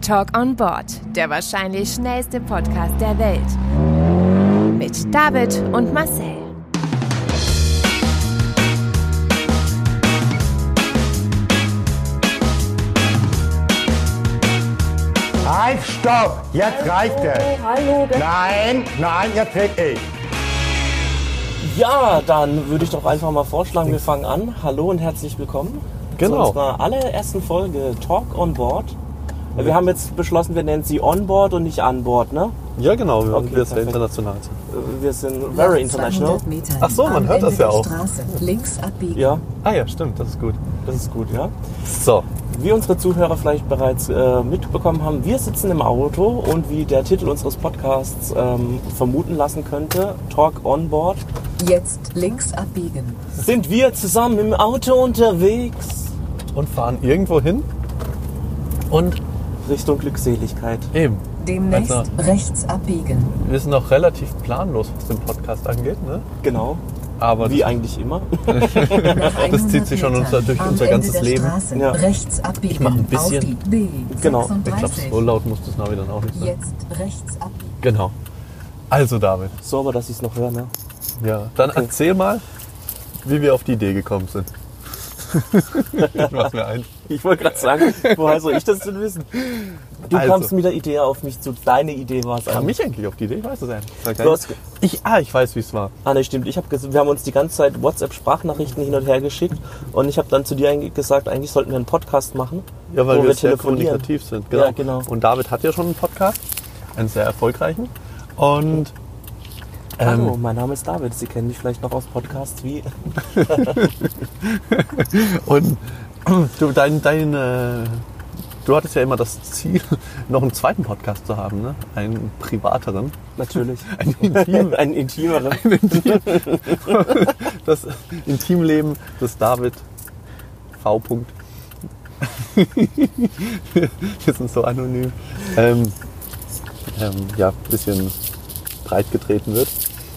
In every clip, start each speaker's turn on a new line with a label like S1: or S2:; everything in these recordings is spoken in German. S1: Talk on Board, der wahrscheinlich schnellste Podcast der Welt. Mit David und Marcel.
S2: Halt, stopp! Jetzt reicht es!
S3: Hallo, das-
S2: Nein, nein, jetzt red ich.
S4: Ja, dann würde ich doch einfach mal vorschlagen, wir fangen an. Hallo und herzlich willkommen
S5: Genau.
S4: zu unserer allerersten Folge Talk on Board. Äh, Wir haben jetzt beschlossen, wir nennen sie On Board und nicht An Board, ne?
S5: Ja, genau, wir
S4: Okay,
S5: okay, jetzt sehr
S4: perfekt.
S5: international sind.
S4: Wir sind very international.
S5: Ach so, man hört das ja auch.
S3: Straße, links abbiegen.
S4: Ja,
S5: Ah ja, stimmt, das ist gut.
S4: das ist gut, ja.
S5: So,
S4: Wie unsere Zuhörer vielleicht bereits äh, mitbekommen haben, wir sitzen im Auto und wie der Titel unseres Podcasts ähm, vermuten lassen könnte, Talk on Board,
S3: Jetzt links abbiegen.
S4: sind wir zusammen im Auto unterwegs
S5: und fahren irgendwo hin und
S4: Richtung Glückseligkeit.
S5: eben.
S3: Demnächst
S5: Also,
S3: rechts abbiegen.
S5: wir sind noch relativ planlos, was den Podcast angeht, ne?
S4: Genau,
S5: Aber
S4: wie
S5: das,
S4: eigentlich immer.
S3: Nach 100
S5: zieht sich schon
S3: Metern
S5: unser- durch
S3: am
S5: unser
S3: Ende
S5: ganzes
S3: der
S5: Leben.
S3: Straße,
S4: Ja.
S3: Rechts abbiegen.
S5: mach ein
S3: Auf
S5: bisschen.
S3: die B
S4: Genau.
S5: ich glaube,
S3: 36.
S5: so laut muss das Navi dann auch nicht sein.
S3: Jetzt rechts abbiegen.
S5: Genau. Also, David,
S4: So, aber dass ich es noch höre, ne?
S5: ja, dann erzähl mal, wie wir auf die Idee gekommen sind. ich mach's mir ein.
S4: Ich wollte gerade sagen, woher soll ich das denn wissen? Du
S5: Also.
S4: kamst mit der Idee auf mich zu. Deine Idee war es
S5: Kam
S4: eigentlich.
S5: mich eigentlich auf die Idee? Ich weiß es eigentlich. Sag
S4: Du hast-
S5: Ich, ah, ich weiß, wie es war.
S4: Ah, ne, stimmt. Ich hab, ges- wir haben uns die ganze Zeit WhatsApp-Sprachnachrichten hin und her geschickt und ich habe dann zu dir eigentlich gesagt, eigentlich sollten wir einen Podcast machen,
S5: Ja, weil
S4: wo
S5: wir,
S4: wir
S5: sehr
S4: telefonieren.
S5: kommunikativ sind.
S4: Ja, genau.
S5: Und David hat ja schon einen Podcast, einen sehr erfolgreichen. Und ähm,
S4: Hallo, mein Name ist David. Sie kennen mich vielleicht noch aus Podcasts wie...
S5: Und du, dein, dein, äh, du hattest ja immer das Ziel, noch einen zweiten Podcast zu haben, ne? einen privateren.
S4: Natürlich.
S5: Ein intim,
S4: Ein intimerer.
S5: das Intimleben des David V. -Punkt. Wir sind so anonym. Ähm, ähm, ja, ein bisschen breit getreten wird.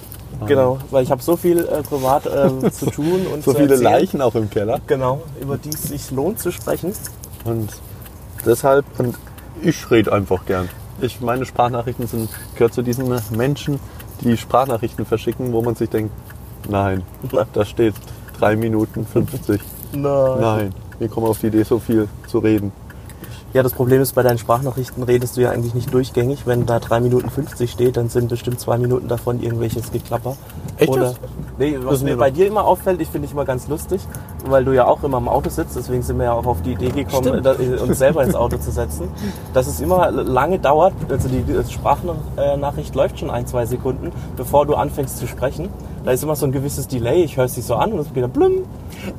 S4: genau, weil ich habe so viel äh, privat ähm, zu tun und
S5: So
S4: zu
S5: viele
S4: erzählen.
S5: Leichen auch im Keller.
S4: Genau, über die es sich lohnt zu sprechen.
S5: Und deshalb, und ich rede einfach gern. Ich, meine Sprachnachrichten sind, gehört zu diesen Menschen, die Sprachnachrichten verschicken, wo man sich denkt, nein, da steht 3 Minuten 50. Nein, wir kommen auf die Idee, so viel zu reden.
S4: Ja, das Problem ist, bei deinen Sprachnachrichten redest du ja eigentlich nicht durchgängig. Wenn da 3 Minuten 50 steht, dann sind bestimmt 2 Minuten davon irgendwelches Geklapper.
S5: Echt
S4: Oder,
S5: jetzt?
S4: nee, was
S5: ist
S4: mir
S5: mir doch-
S4: bei dir immer auffällt, ich finde ich immer ganz lustig, weil du ja auch immer im Auto sitzt, deswegen sind wir ja auch auf die Idee gekommen, da, äh, uns selber ins Auto zu setzen, dass es immer lange dauert, also die Sprachnachricht läuft schon ein, zwei Sekunden, bevor du anfängst zu sprechen. Da ist immer so ein gewisses Delay, ich höre sie so an und es geht dann blum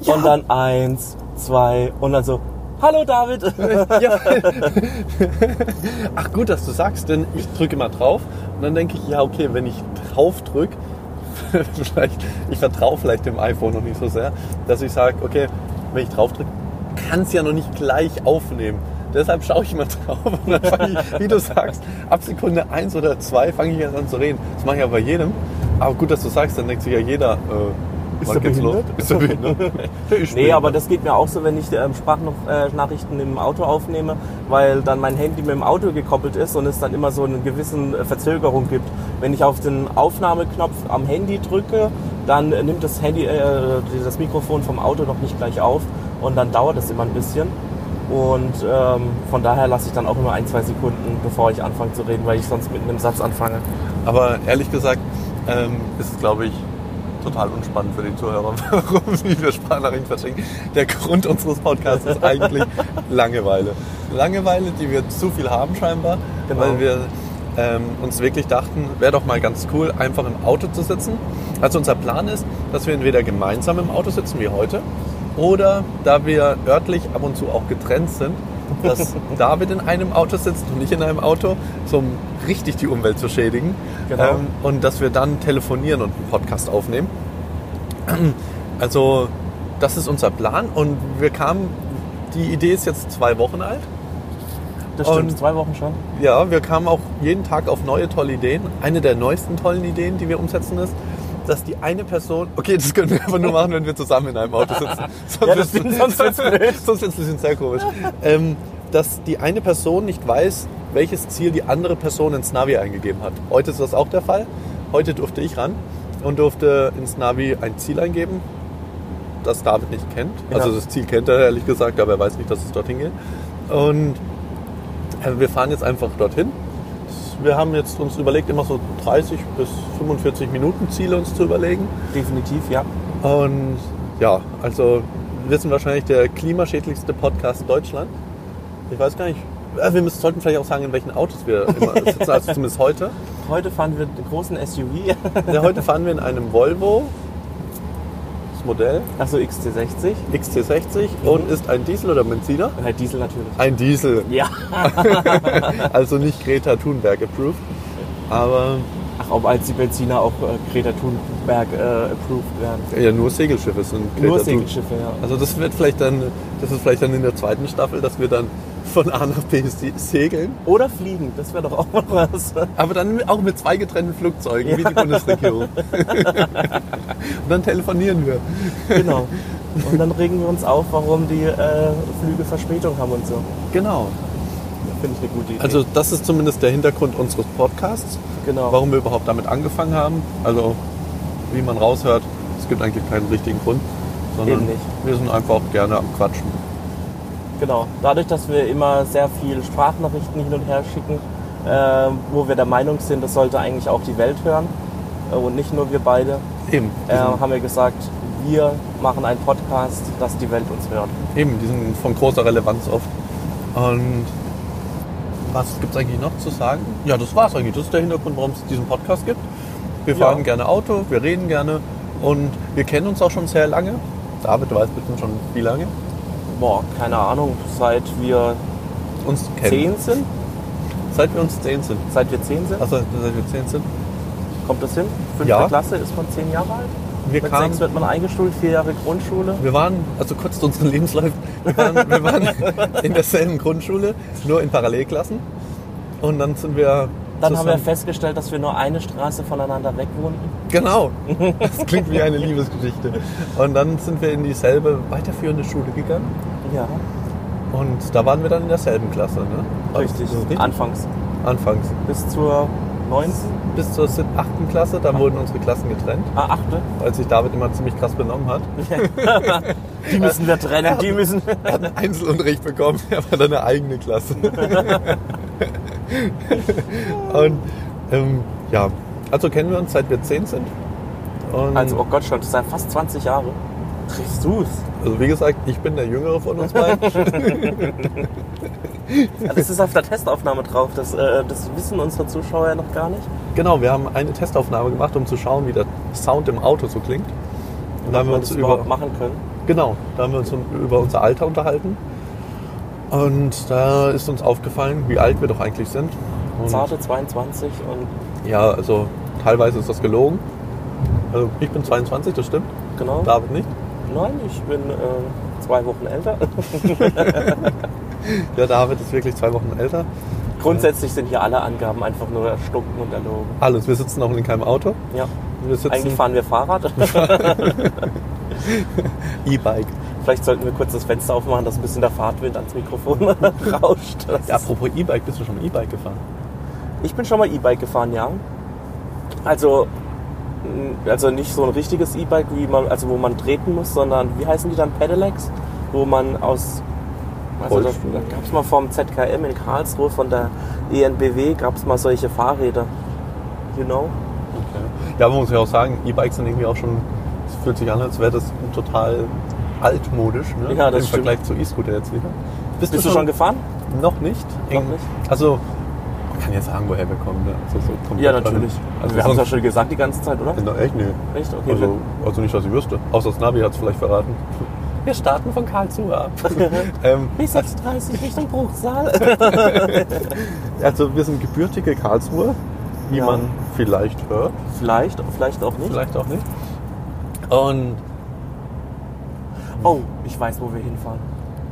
S4: und dann eins, zwei und dann so, hallo David.
S5: Ja. Ach gut, dass du sagst, denn ich drücke immer drauf und dann denke ich, ja okay, wenn ich drauf drücke, vielleicht, ich vertraue vielleicht dem iPhone noch nicht so sehr, dass ich sage, okay, wenn ich drauf drücke, kann es ja noch nicht gleich aufnehmen. Deshalb schaue ich immer drauf und dann fange ich, wie du sagst, ab Sekunde eins oder zwei fange ich erst an zu reden. Das mache ich ja bei jedem. Aber gut, dass du sagst, dann denkt sich ja jeder, äh,
S4: Ist
S5: wann
S4: der
S5: geht's los?
S4: behindert?
S5: Ist der behindert? Der ist
S4: Nee,
S5: behindert.
S4: aber das geht mir auch so, wenn ich ähm, Sprachnachrichten im Auto aufnehme, weil dann mein Handy mit dem Auto gekoppelt ist und es dann immer so eine gewisse Verzögerung gibt. Wenn ich auf den Aufnahmeknopf am Handy drücke, dann äh, nimmt das Handy, äh, das Mikrofon vom Auto noch nicht gleich auf und dann dauert es immer ein bisschen. Und ähm, von daher lasse ich dann auch immer ein, zwei Sekunden, bevor ich anfange zu reden, weil ich sonst mit einem Satz anfange.
S5: Aber ehrlich gesagt ähm, ist es, glaube ich, total unspannend für den Zuhörer, warum wir Sprachnachrichten verschicken. Der Grund unseres Podcasts ist eigentlich Langeweile. Langeweile, die wir zu viel haben scheinbar,
S4: Genau.
S5: weil wir ähm, uns wirklich dachten, wäre doch mal ganz cool, einfach im Auto zu sitzen. Also unser Plan ist, dass wir entweder gemeinsam im Auto sitzen, wie heute, oder da wir örtlich ab und zu auch getrennt sind, dass David in einem Auto sitzt und ich in einem Auto, so um richtig die Umwelt zu schädigen.
S4: Genau.
S5: Ähm, und dass wir dann telefonieren und einen Podcast aufnehmen. Also, das ist unser Plan und wir kamen, die Idee ist jetzt zwei Wochen alt.
S4: Das stimmt,
S5: Und-
S4: zwei Wochen schon.
S5: Ja, wir kamen auch jeden Tag auf neue tolle Ideen. Eine der neuesten tollen Ideen, die wir umsetzen, ist, dass die eine Person. Okay, das können wir aber nur machen, wenn wir zusammen in einem Auto sitzen. Sonst
S4: Ja, das
S5: wird's-
S4: stimmt, sonst wird's blöd.
S5: Sonst wird's ein bisschen sehr komisch. Ähm, dass die eine Person nicht weiß, welches Ziel die andere Person ins Navi eingegeben hat. Heute ist das auch der Fall. Heute durfte ich ran und durfte ins Navi ein Ziel eingeben, das David nicht kennt. Also
S4: Ja.
S5: das Ziel kennt er ehrlich gesagt, aber er weiß nicht, dass es dorthin geht. Und äh, wir fahren jetzt einfach dorthin. Wir haben jetzt uns überlegt, immer so 30 bis 45 Minuten Ziele uns zu überlegen.
S4: Definitiv, ja.
S5: Und ja, also wir sind wahrscheinlich der klimaschädlichste Podcast Deutschland. Ich weiß gar nicht. äh, Wir müssen, sollten vielleicht auch sagen, in welchen Autos wir immer sitzen, also zumindest heute.
S4: Heute fahren wir den großen SUV,
S5: Ja, heute fahren wir in einem Volvo, das Modell
S4: also XT60,
S5: XT60 und ist ein Diesel oder Benziner?
S4: und halt Diesel natürlich.
S5: Ein Diesel,
S4: Ja.
S5: also nicht Greta Thunberg approved. Aber
S4: Ach, ob als die Benziner auch äh, Greta Thunberg äh, approved werden.
S5: ja, nur Segelschiffe sind Greta
S4: Nur
S5: Thun-
S4: Segelschiffe, ja.
S5: Also das wird vielleicht dann, das ist vielleicht dann in der zweiten Staffel, dass wir dann von A nach B se- segeln.
S4: Oder fliegen, das wäre doch auch mal was.
S5: Aber dann auch mit zwei getrennten Flugzeugen, wie die Bundesregierung. Und dann telefonieren wir.
S4: genau. Und dann regen wir uns auf, warum die äh, Flüge Verspätung haben und so.
S5: Genau.
S4: Finde ich eine gute Idee.
S5: Also das ist zumindest der Hintergrund unseres Podcasts,
S4: genau.
S5: warum wir überhaupt damit angefangen haben. Also wie man raushört, es gibt eigentlich keinen richtigen Grund, sondern
S4: Eben nicht.
S5: wir sind einfach gerne am Quatschen.
S4: Genau. Dadurch, dass wir immer sehr viel Sprachnachrichten hin und her schicken, äh, wo wir der Meinung sind, das sollte eigentlich auch die Welt hören äh, und nicht nur wir beide,
S5: Eben,
S4: äh,
S5: diesen,
S4: haben wir gesagt, wir machen einen Podcast, dass die Welt uns hört.
S5: eben, die sind von großer Relevanz oft. Und was gibt es eigentlich noch zu sagen? Ja, das war's eigentlich. Das ist der Hintergrund, warum es diesen Podcast gibt. Wir
S4: Ja.
S5: fahren gerne Auto, wir reden gerne und wir kennen uns auch schon sehr lange. David weiß bestimmt schon wie lange.
S4: Boah, keine Ahnung, seit wir
S5: Uns kennen.
S4: zehn sind,
S5: Seit wir uns zehn sind.
S4: seit wir zehn sind,
S5: Also seit wir zehn sind.
S4: kommt das hin? Fünfte
S5: Ja.
S4: Klasse ist man zehn Jahre alt.
S5: Wir,
S4: Mit
S5: kamen,
S4: sechs wird man eingeschult, vier Jahre Grundschule.
S5: wir waren, also kurz zu unseren Lebensläufen, wir waren, wir waren in derselben Grundschule, nur in Parallelklassen. Und dann sind wir.
S4: Dann haben wir
S5: zusammen-
S4: festgestellt, dass wir nur eine Straße voneinander weg wohnen.
S5: Genau. Das klingt wie eine Liebesgeschichte. Und dann sind wir in dieselbe weiterführende Schule gegangen.
S4: Ja,
S5: Und da waren wir dann in derselben Klasse, ne? War das
S4: richtig.
S5: so
S4: Anfangs.
S5: Anfangs.
S4: Bis zur 9.
S5: Bis zur sieb- achten Klasse, da wurden unsere Klassen getrennt,
S4: Ah, 8.
S5: weil sich David immer ziemlich krass benommen hat.
S4: Die müssen wir trennen, die müssen.
S5: Er hat einen Einzelunterricht bekommen, er war dann eine eigene Klasse. Und ähm, ja, also kennen wir uns seit wir zehn sind. Und
S4: Also, oh Gott, schon, das sind fast 20 Jahre. Jesus.
S5: also wie gesagt, ich bin der Jüngere von uns beiden.
S4: Ja, Das ist auf der Testaufnahme drauf. Das, äh, das wissen unsere Zuschauer ja noch gar nicht.
S5: Genau, wir haben eine Testaufnahme gemacht, um zu schauen, wie der Sound im Auto so klingt. Und da haben wir
S4: man
S5: uns
S4: das
S5: über,
S4: überhaupt machen können.
S5: genau, da haben wir uns über unser Alter unterhalten. Und da ist uns aufgefallen, wie alt wir doch eigentlich sind. Und
S4: Zarte 22 und
S5: Ja, also teilweise ist das gelogen. Also ich bin 22, das stimmt.
S4: genau.
S5: David nicht.
S4: Nein, ich bin äh, zwei Wochen älter.
S5: Ja, David ist wirklich zwei Wochen älter.
S4: Grundsätzlich sind hier alle Angaben einfach nur erstunken und erlogen.
S5: Alles, wir sitzen auch in keinem Auto.
S4: Ja.
S5: Wir sitzen
S4: Eigentlich fahren wir Fahrrad.
S5: E-Bike.
S4: Vielleicht sollten wir kurz das Fenster aufmachen, dass ein bisschen der Fahrtwind ans Mikrofon rauscht. Das
S5: Ja,
S4: ist-
S5: apropos E-Bike, bist du schon mal E-Bike gefahren?
S4: Ich bin schon mal E-Bike gefahren, ja. Also, mh, also nicht so ein richtiges E-Bike, wie man, also wo man treten muss, sondern wie heißen die dann Pedelecs, wo man aus also das,
S5: Rollstuhl.
S4: da gab es mal vom ZKM in Karlsruhe von der E ENBW gab es mal solche Fahrräder. You know?
S5: Ja, man muss ja auch sagen, E-Bikes sind irgendwie auch schon, es fühlt sich an, als wäre das total altmodisch, ne?
S4: Ja, das
S5: Im
S4: stimmt.
S5: Vergleich zu E-Scooter jetzt wieder.
S4: Bist du schon gefahren?
S5: Noch nicht.
S4: Noch nicht?
S5: Also, man kann ja sagen, woher wir kommen, ne? Also, so komplett
S4: Ja, natürlich.
S5: Also,
S4: wir haben es ja
S5: sonst-
S4: schon gesagt die ganze Zeit, oder?
S5: Na, echt? Nee.
S4: Echt? Okay.
S5: Also, also nicht, dass ich wüsste. Außer das Navi hat es vielleicht verraten. Wir starten von Karlsruhe ab. ähm,
S4: Bis 36 Richtung Bruchsal.
S5: also wir sind gebürtige Karlsruhe, wie
S4: Ja.
S5: man vielleicht hört,
S4: vielleicht, vielleicht auch nicht.
S5: vielleicht auch nicht. Und
S4: Oh, ich weiß, wo wir hinfahren.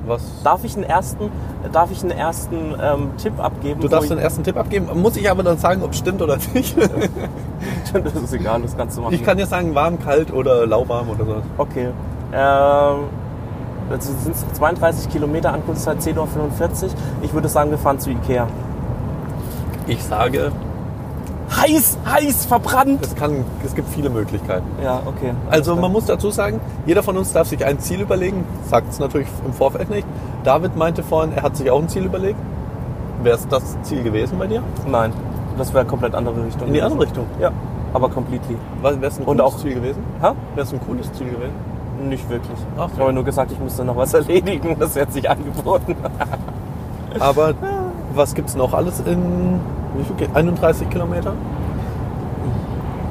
S5: was?
S4: Darf ich einen ersten, darf ich einen ersten ähm, Tipp abgeben?
S5: Du darfst
S4: wo
S5: den ersten Tipp abgeben, muss ich aber dann sagen, ob es stimmt oder nicht.
S4: ich, Das ist egal, das kannst du machen.
S5: Ich kann dir sagen, warm, kalt oder lauwarm oder so.
S4: Okay. Ähm, also sind es 32 Kilometer, Ankunftszeit 10.45 Uhr. Ich würde sagen, wir fahren zu Ikea.
S5: Ich sage,
S4: Heiß, heiß, verbrannt.
S5: es, kann, es gibt viele Möglichkeiten.
S4: Ja, okay.
S5: Also man muss dazu sagen, jeder von uns darf sich ein Ziel überlegen, sagt es natürlich im Vorfeld nicht. David meinte vorhin, er hat sich auch ein Ziel überlegt. Wäre es das Ziel gewesen bei dir?
S4: Nein, das wäre komplett andere Richtung.
S5: In die andere Richtung.
S4: Ja, aber completely.
S5: Wäre es ein
S4: Und
S5: cooles
S4: auch-
S5: Ziel gewesen?
S4: Ha?
S5: Wäre es ein cooles Ziel gewesen?
S4: Nicht wirklich.
S5: Ach,
S4: ich habe
S5: ja.
S4: nur gesagt, ich müsste noch was erledigen. Das hat sich angeboten.
S5: Aber was gibt es noch alles in wie viel, geht- 31 Kilometer?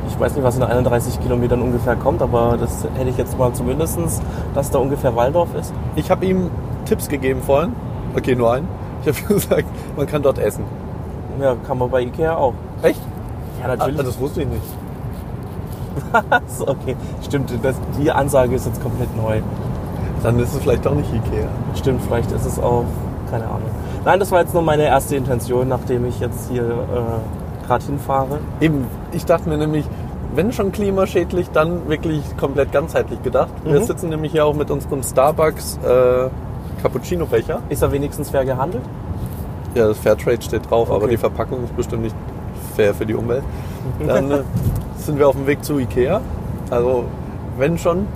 S4: Ich weiß nicht, was in 31 Kilometern ungefähr kommt, aber das hätte ich jetzt mal zumindestens, dass da ungefähr Waldorf ist.
S5: Ich habe ihm Tipps gegeben vorhin. Okay, nur einen. Ich habe gesagt, man kann dort essen.
S4: Ja, kann man bei Ikea auch.
S5: Echt?
S4: Ja,
S5: Ah, das wusste ich nicht.
S4: Was? Okay, stimmt. Das, die Ansage ist jetzt komplett neu.
S5: Dann ist es vielleicht auch nicht Ikea.
S4: Stimmt, vielleicht ist es auch, keine Ahnung. Nein, das war jetzt nur meine erste Intention, nachdem ich jetzt hier äh, gerade hinfahre.
S5: Eben, ich dachte mir nämlich, wenn schon klimaschädlich, dann wirklich komplett ganzheitlich gedacht. Wir
S4: Mhm.
S5: sitzen nämlich hier auch mit unserem Starbucks äh, Cappuccino-Becher.
S4: Ist er wenigstens fair gehandelt?
S5: Ja, das Fairtrade steht drauf, aber
S4: Okay.
S5: die Verpackung ist bestimmt nicht fair für die Umwelt. Dann äh, sind wir auf dem Weg zu Ikea. Also, wenn schon,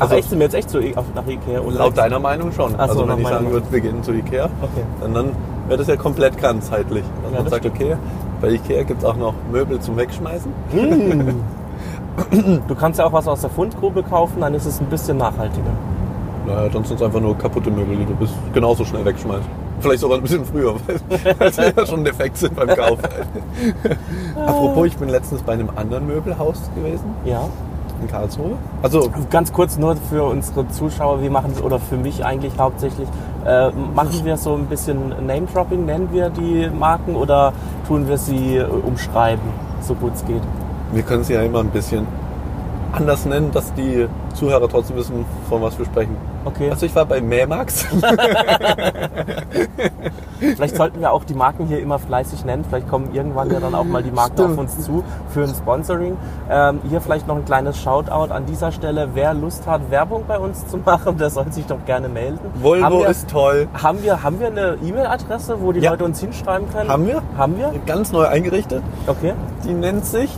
S4: Ach,
S5: Also-
S4: echt, sind wir jetzt echt zu, I- auf, nach Ikea? Oder
S5: laut deiner Meinung schon.
S4: Ach so,
S5: also,
S4: nach
S5: wenn ich
S4: meiner
S5: sagen
S4: Meinung.
S5: würde, wir gehen zu Ikea,
S4: Okay.
S5: dann, dann wäre das ja komplett ganzheitlich. Also
S4: Ja,
S5: man
S4: das
S5: sagt,
S4: stimmt.
S5: okay, bei Ikea gibt es auch noch Möbel zum Wegschmeißen.
S4: Du kannst ja auch was aus der Fundgrube kaufen, dann ist es ein bisschen nachhaltiger.
S5: Naja, dann sind es einfach nur kaputte Möbel, die du bist genauso schnell wegschmeißt. Vielleicht sogar ein bisschen früher, weil weil sie ja schon defekt sind beim Kauf. Apropos, ich bin letztens bei einem anderen Möbelhaus gewesen
S4: Ja.
S5: in Karlsruhe. Also,
S4: Ganz kurz nur für unsere Zuschauer, wir machen oder für mich eigentlich hauptsächlich, äh, machen wir so ein bisschen Name-Dropping, nennen wir die Marken oder tun wir sie äh, umschreiben, so gut es geht.
S5: wir können sie ja immer ein bisschen anders nennen, dass die Zuhörer trotzdem wissen, von was wir sprechen.
S4: Okay,
S5: Also, ich war bei Mämax.
S4: vielleicht sollten wir auch die Marken hier immer fleißig nennen, vielleicht kommen irgendwann ja dann auch mal die Marken auf uns zu für ein Sponsoring. Ähm, hier vielleicht noch ein kleines Shoutout an dieser Stelle, wer Lust hat, Werbung bei uns zu machen, der soll sich doch gerne melden. Haben
S5: Volvo
S4: wir-
S5: ist toll.
S4: Haben wir, haben wir eine E-Mail-Adresse, wo die
S5: Ja.
S4: Leute uns hinschreiben können?
S5: Haben wir?
S4: Haben wir?
S5: Ganz neu eingerichtet.
S4: Okay.
S5: Die nennt sich.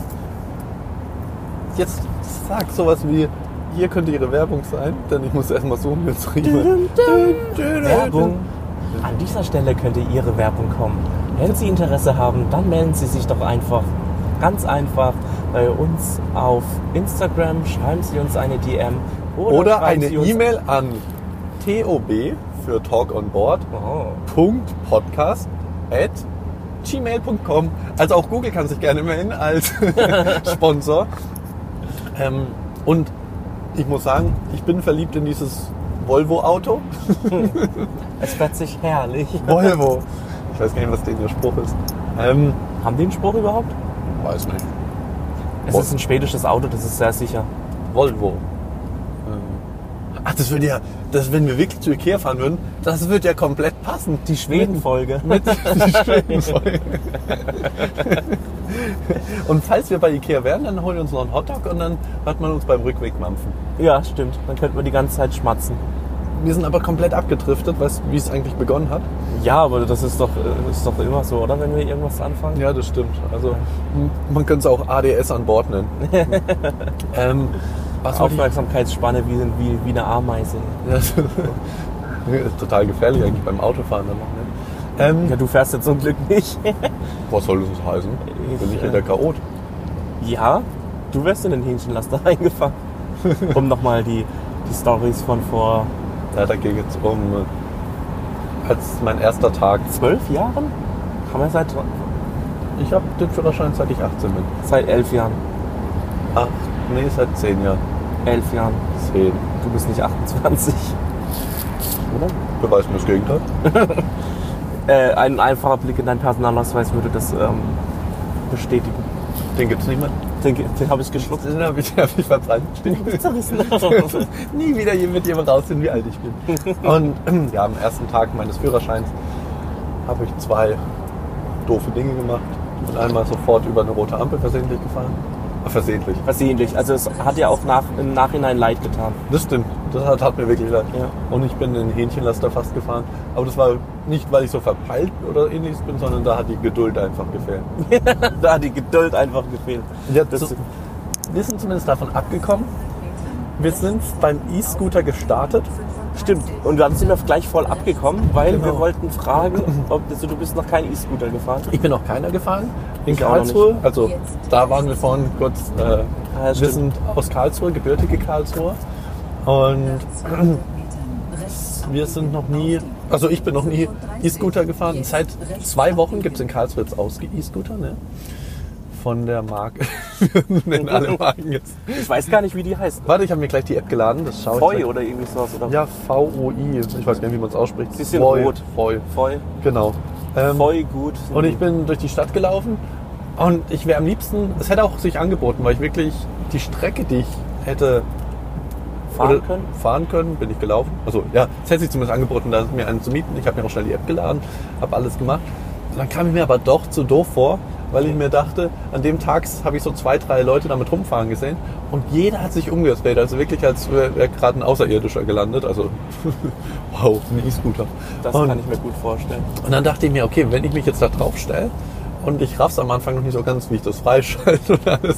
S5: Jetzt sag sowas wie. Hier könnte ihre Werbung sein, denn ich muss erstmal suchen, jetzt
S4: Werbung. An dieser Stelle könnte Ihre Werbung kommen. Wenn Sie Interesse haben, dann melden Sie sich doch einfach, ganz einfach, bei uns auf Instagram. Schreiben Sie uns eine DM oder,
S5: Oder
S4: schreiben
S5: eine
S4: Sie uns-
S5: E-Mail an tob für Talk on Board.
S4: Oh.
S5: Punkt Podcast at gmail.com. Also auch Google kann sich gerne melden als Sponsor. Ähm, und ich muss sagen, ich bin verliebt in dieses Volvo-Auto.
S4: Es wird sich herrlich.
S5: Volvo. Ich weiß gar nicht, was denn der Spruch ist. Ähm,
S4: Haben die einen Spruch überhaupt?
S5: weiß nicht.
S4: Es
S5: Wo-
S4: ist ein schwedisches Auto, das ist sehr sicher.
S5: Volvo. Ähm, Ach, das würde ja, das, wenn wir wirklich zu Ikea fahren würden, das würde ja komplett passen. Die
S4: Schwedenfolge.
S5: Mit, die Schwedenfolge. und falls wir bei Ikea wären, dann holen wir uns noch einen Hotdog und dann hört man uns beim Rückweg mampfen.
S4: Ja, stimmt. Dann könnte man die ganze Zeit schmatzen.
S5: Wir sind aber komplett abgedriftet, weißt du, wie es eigentlich begonnen hat?
S4: Ja, aber das ist doch, äh, ist doch immer so, oder? Wenn wir irgendwas anfangen.
S5: Ja, das stimmt. Also man könnte es auch ADS an Bord nennen. ähm, was wollte ich-
S4: Aufmerksamkeitsspanne wie, wie, wie eine Ameise.
S5: Ja, so. ist total gefährlich eigentlich beim Autofahren dann noch. Ne? Ähm,
S4: Ja, du fährst jetzt zum Glück nicht.
S5: was soll das heißen? Bin ich
S4: äh,
S5: in der Chaot?
S4: ja, du wärst in den Hähnchenlaster eingefangen. Um nochmal die, die Stories von vor
S5: Ja, da ging es um, äh, als mein erster Tag.
S4: zwölf Jahren? Haben wir seit,
S5: Ich habe den Führerschein seit ich 18 bin.
S4: seit elf Jahren.
S5: Ach, nee, seit 10 Jahren.
S4: Elf Jahren.
S5: 10.
S4: Du bist nicht 28. Oder?
S5: Beweis mir das Gegenteil.
S4: Äh, ein einfacher Blick in deinen Personalausweis würde das ähm, bestätigen.
S5: Den gibt's nicht mehr.
S4: Den, den habe ich geschluckt.
S5: Den habe ich, hab ich verbrannt. nie wieder mit jemand raus sind, wie alt ich bin. Und ähm, ja, am ersten Tag meines Führerscheins habe ich zwei doofe Dinge gemacht. Ich bin einmal sofort über eine rote Ampel versehentlich gefahren. Äh, Versehentlich.
S4: Versehentlich. Also es hat ja auch nach, im Nachhinein leid getan.
S5: Das stimmt. Das hat, hat mir wirklich leid.
S4: Ja.
S5: Und ich bin in Hähnchenlaster fast gefahren. Aber das war nicht, weil ich so verpeilt oder ähnliches bin, sondern da hat die Geduld einfach gefehlt.
S4: Da hat die Geduld einfach gefehlt.
S5: Ja,
S4: Das-
S5: zu, wir sind zumindest davon abgekommen. Wir sind beim E-Scooter gestartet.
S4: Stimmt. Und dann sind wir gleich voll abgekommen, weil wir
S5: Genau.
S4: wollten fragen, ob also du bist noch kein E-Scooter gefahren.
S5: Ich bin noch keiner gefahren. In
S4: Ich auch noch
S5: Karlsruhe.
S4: nicht.
S5: Also da waren wir vorhin kurz. Äh,
S4: ja,
S5: wir
S4: stimmt.
S5: sind aus Karlsruhe, gebürtige Karlsruhe. Und Hm. wir sind noch nie, also ich bin noch nie E-Scooter gefahren. Seit zwei Wochen gibt es in Karlsruhe jetzt Ausge E-Scooter, ne? Von der Marke. Wir nennen alle Marken jetzt.
S4: Ich weiß gar nicht, wie die heißt.
S5: Warte, ich habe mir gleich die App geladen, das schaue ich.
S4: Feu
S5: gleich.
S4: oder irgendwie sowas. Oder?
S5: Ja, V-O-I. Ich weiß gar nicht, wie man es ausspricht.
S4: Sie sind
S5: Voi,
S4: rot.
S5: Voi.
S4: Feu.
S5: Genau. Ähm,
S4: Feu gut.
S5: und ich bin durch die Stadt gelaufen und ich wäre am liebsten, es hätte auch sich angeboten, weil ich wirklich die Strecke, die ich hätte
S4: fahren
S5: oder
S4: können.
S5: fahren können, bin ich gelaufen. Also ja, es hätte sich zumindest angeboten, da mir einen zu mieten. Ich habe mir auch schnell die App geladen, habe alles gemacht. Und dann kam ich mir aber doch zu doof vor, weil ich mir dachte, an dem Tag habe ich so zwei, drei Leute damit rumfahren gesehen und jeder hat sich umgedreht. Also wirklich, als wäre wär gerade ein Außerirdischer gelandet. Also wow, ein E-Scooter.
S4: Das
S5: Und-
S4: kann ich mir gut vorstellen.
S5: und dann dachte ich mir, okay, wenn ich mich jetzt da drauf stelle und ich raff's am Anfang noch nicht so ganz, wie ich das freischalte und alles.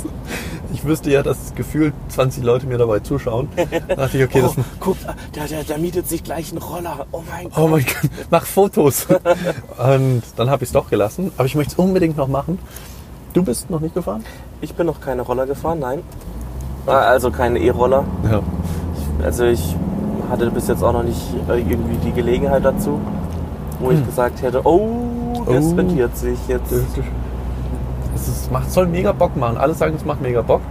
S5: Ich wüsste ja, dass gefühlt 20 Leute mir dabei zuschauen. Da dachte ich, okay, das,
S4: oh, guck, da, da, da mietet sich gleich ein Roller. Oh mein Gott.
S5: oh mein Gott, mach Fotos. Und dann habe ich es doch gelassen. Aber ich möchte es unbedingt noch machen. Du bist noch nicht gefahren?
S4: Ich bin noch keine Roller gefahren, nein. Äh, Also keine E-Roller.
S5: Ja.
S4: Also ich hatte bis jetzt auch noch nicht äh, irgendwie die Gelegenheit dazu, wo ich gesagt hätte, oh, das
S5: Hm. Oh.
S4: rentiert sich jetzt.
S5: Es ist, macht, soll mega Bock machen. Alle sagen, es macht mega Bock.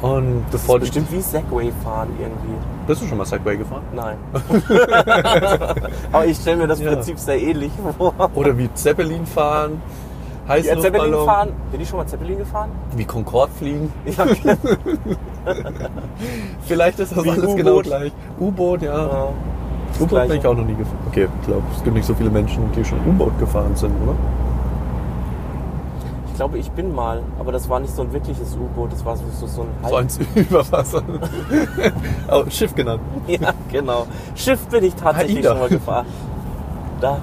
S5: Und bevor
S4: Voll
S5: das,
S4: bestimmt wie Segway fahren irgendwie.
S5: bist du schon mal Segway gefahren?
S4: Nein. Aber ich stelle mir das
S5: Ja.
S4: Prinzip sehr ähnlich vor.
S5: Oder wie Zeppelin fahren?
S4: Ja,
S5: Heißluftballon?
S4: Zeppelin fahren. Bin ich schon mal Zeppelin gefahren?
S5: Wie Concorde fliegen?
S4: Ja, genau. okay.
S5: Vielleicht ist das
S4: Wie
S5: alles
S4: U-Boot.
S5: genau gleich. U-Boot, ja.
S4: Ja, das
S5: U-Boot bin
S4: Gleiche.
S5: ich auch noch nie gefahren. Okay, ich glaube, es gibt nicht so viele Menschen, die schon U-Boot gefahren sind, oder?
S4: Ich glaube, ich bin mal, aber das war nicht so ein wirkliches U-Boot, das war so, so, so ein
S5: So
S4: Halb.
S5: eins über Wasser. oh, Schiff genannt.
S4: Ja, genau. Schiff bin ich tatsächlich
S5: AIDA.
S4: schon mal gefahren. Da.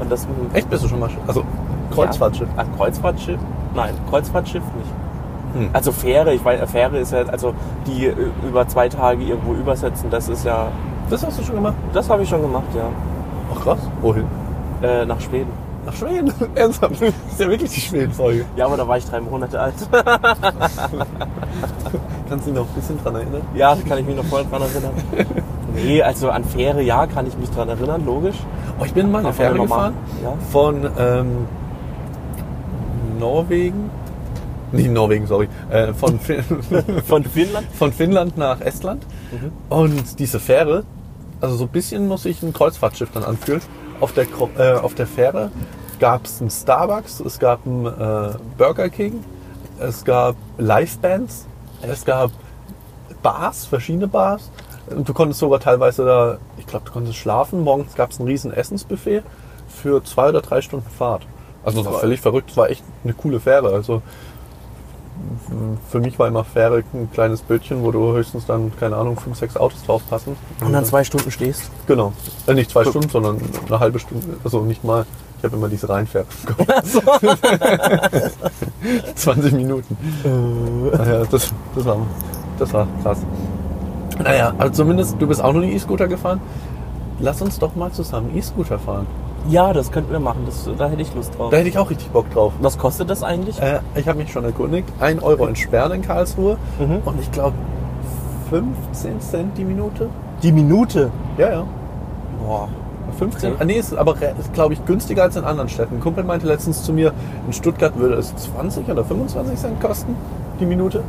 S4: Und das
S5: Echt, bist du schon mal Schiff? Also, Kreuzfahrtschiff.
S4: Ja. Ah, Kreuzfahrtschiff? Nein, Kreuzfahrtschiff nicht.
S5: Hm.
S4: Also Fähre, ich weiß, Fähre ist ja, also die äh, über zwei Tage irgendwo übersetzen, das ist ja,
S5: Das hast du schon gemacht?
S4: das habe ich schon gemacht, ja.
S5: Ach krass. Wohin?
S4: Äh, nach Schweden.
S5: Nach Schweden. Ernsthaft. Das ist ja wirklich die Schweden-Folge.
S4: Ja, aber da war ich drei Monate alt.
S5: Kannst du dich noch ein bisschen dran erinnern?
S4: ja, da kann ich mich noch voll dran erinnern. Nee, also an Fähre, ja, kann ich mich dran erinnern, logisch.
S5: Oh, ich bin mal eine
S4: Aber
S5: Fähre
S4: normal.
S5: gefahren.
S4: Ja.
S5: Von ähm, Norwegen. Nicht Norwegen, sorry. Äh, von, Fin-
S4: Von Finnland?
S5: von Finnland nach Estland. Und diese Fähre, also so ein bisschen muss ich ein Kreuzfahrtschiff dann anfühlen. Auf der, Kro- äh, auf der Fähre gab es einen Starbucks, es gab einen äh, Burger King, es gab Livebands, es gab Bars, verschiedene Bars. Und du konntest sogar teilweise da, ich glaube, du konntest schlafen. Morgens gab es ein riesen Essensbuffet für zwei oder drei Stunden Fahrt. Also das war völlig verrückt, es war echt eine coole Fähre. Also für mich war immer Fähre ein kleines Bötchen, wo du höchstens dann, keine Ahnung, fünf, sechs Autos draufpassen.
S4: Und dann zwei Stunden stehst.
S5: Genau. Äh, nicht zwei Stunden, sondern eine halbe Stunde. Also nicht mal. Ich habe immer diese Rheinfähre. im Kopf. 20 Minuten. Naja, das, das, war, das war krass. Naja, also zumindest, du bist auch noch nie E-Scooter gefahren. Lass uns doch mal zusammen E-Scooter fahren.
S4: Ja, das könnten wir machen, das, da hätte ich Lust drauf.
S5: Da hätte ich auch richtig Bock drauf.
S4: Was kostet das eigentlich?
S5: Äh, ich habe mich schon erkundigt. 1 Euro in Sperren in Karlsruhe
S4: Mhm.
S5: und ich glaube 15 Cent die Minute.
S4: Die Minute.
S5: Ja, ja.
S4: Boah.
S5: 15?
S4: Okay.
S5: Ah, nee, ist aber, glaube ich, günstiger als in anderen Städten. Ein Kumpel meinte letztens zu mir, in Stuttgart würde es 20 oder 25 Cent kosten, die Minute.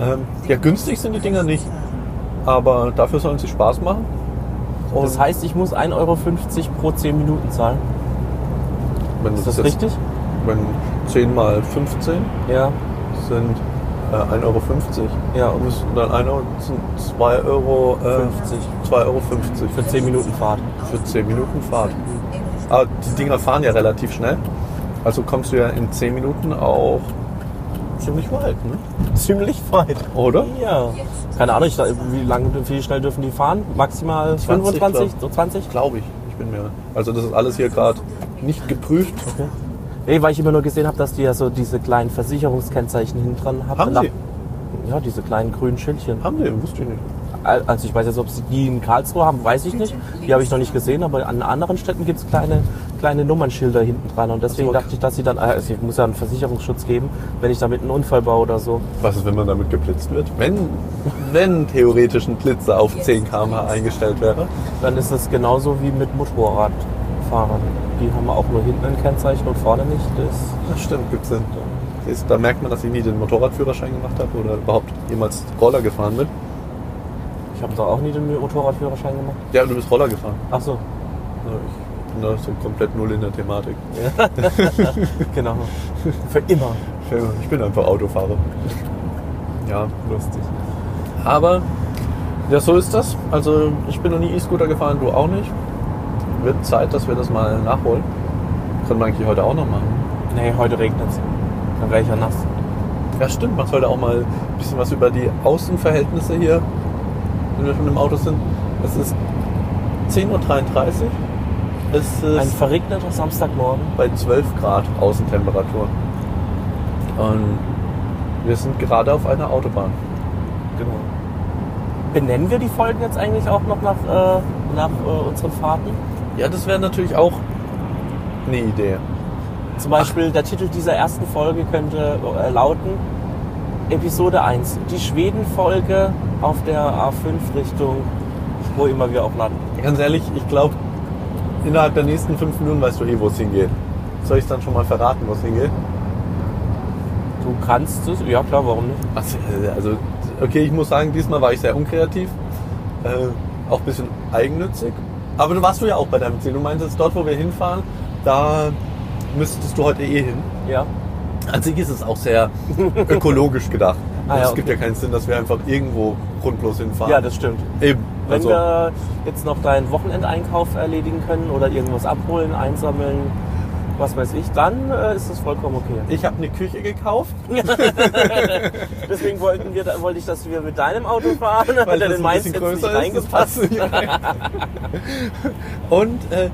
S5: Ähm, ja, günstig sind die Dinger nicht, aber dafür sollen sie Spaß machen. Und
S4: Das heißt, ich muss 1,50 Euro pro 10 Minuten zahlen.
S5: wenn du
S4: Ist das
S5: jetzt-
S4: richtig?
S5: Wenn 10 mal 15
S4: Ja.
S5: sind äh, 1,50 Euro.
S4: Ja,
S5: Und
S4: und
S5: das sind dann 1 Euro, sind 2,50 Euro. Äh,
S4: 50.
S5: 2,50 Euro.
S4: für 10 Minuten Fahrt.
S5: Für 10 Minuten Fahrt. Aber die Dinger fahren ja relativ schnell. Also kommst du ja in 10 Minuten auch ziemlich weit, ne?
S4: Ziemlich weit.
S5: Oder?
S4: Ja. Keine Ahnung, ich, wie, lang, wie schnell dürfen die fahren? Maximal
S5: 20,
S4: 25,
S5: glaub.
S4: so 20?
S5: Glaube ich. Ich bin mir. Also das ist alles hier gerade nicht geprüft.
S4: Nee, weil ich immer nur gesehen habe, dass die ja so diese kleinen Versicherungskennzeichen hinten dran haben.
S5: Haben
S4: Und
S5: sie?
S4: da- Ja, diese kleinen grünen Schildchen.
S5: Haben wir, wusste ich nicht.
S4: Al- Also ich weiß jetzt, ob sie die in Karlsruhe haben, weiß ich nicht. Die habe ich noch nicht gesehen, aber an anderen Städten gibt es kleine, kleine Nummernschilder hinten dran. Und deswegen
S5: Ach so.
S4: dachte ich, dass sie dann, also ich muss ja einen Versicherungsschutz geben, wenn ich damit einen Unfall baue oder so.
S5: Was ist, wenn man damit geblitzt wird? Wenn, wenn theoretisch ein Blitzer auf 10 km/h eingestellt wäre.
S4: Dann ist es genauso wie mit Motorradfahrern. Die haben auch nur hinten ein Kennzeichen und vorne nicht. Das
S5: Das stimmt, gibt's denn. Siehst, da merkt man, dass ich nie den Motorradführerschein gemacht habe oder überhaupt jemals Roller gefahren bin.
S4: ich habe da auch nie den Motorradführerschein gemacht.
S5: Ja, du bist Roller gefahren.
S4: Ach so,
S5: Ja, Ich bin da so komplett null in der Thematik.
S4: genau. Für immer.
S5: Ich bin einfach Autofahrer. Ja, lustig. Aber ja, so ist das. Also ich bin noch nie E-Scooter gefahren, du auch nicht. Wird Zeit, dass wir das mal nachholen. Können wir eigentlich heute auch noch machen.
S4: Nee, heute regnet es. Dann wäre ich ja nass.
S5: Ja stimmt, man sollte auch mal ein bisschen was über die Außenverhältnisse hier, wenn wir schon im Auto sind. Es ist 10.33 Uhr. Es ist
S4: Ein verregneter Samstagmorgen.
S5: bei 12 Grad Außentemperatur. Und wir sind gerade auf einer Autobahn.
S4: Genau. Benennen wir die Folgen jetzt eigentlich auch noch nach, äh, nach äh, unseren Fahrten?
S5: Ja, das wäre natürlich auch eine Idee.
S4: Zum Beispiel der Titel dieser ersten Folge könnte äh, lauten Episode 1, die Schweden-Folge auf der A5 Richtung, wo immer wir auch landen.
S5: Ganz ehrlich, ich glaube, innerhalb der nächsten fünf Minuten weißt du eh, wo es hingeht. Soll ich dann schon mal verraten, wo es hingeht?
S4: Du kannst es, ja klar, warum nicht?
S5: Also, äh, Also, okay, ich muss sagen, diesmal war ich sehr unkreativ, äh, auch ein bisschen eigennützig. Aber du warst du ja auch bei deinem Ziel. Du meintest, dort, wo wir hinfahren, da müsstest du heute eh hin.
S4: Ja.
S5: An sich ist es auch sehr ökologisch gedacht. Also,
S4: Ah, ja,
S5: es gibt ja keinen Sinn, dass wir einfach irgendwo grundlos hinfahren.
S4: Ja, das stimmt.
S5: Eben.
S4: Wenn
S5: Also,
S4: wir jetzt noch deinen Wochenendeinkauf erledigen können oder irgendwas abholen, einsammeln, was weiß ich, dann äh, ist das vollkommen okay.
S5: ich habe eine Küche gekauft,
S4: Deswegen wollten wir, da- wollte ich, dass wir mit deinem Auto fahren,
S5: weil
S4: weil
S5: das
S4: dann in
S5: ein
S4: meins
S5: bisschen
S4: jetzt nicht
S5: größer ist. Das
S4: reingepasst.
S5: passt nicht rein. Und äh,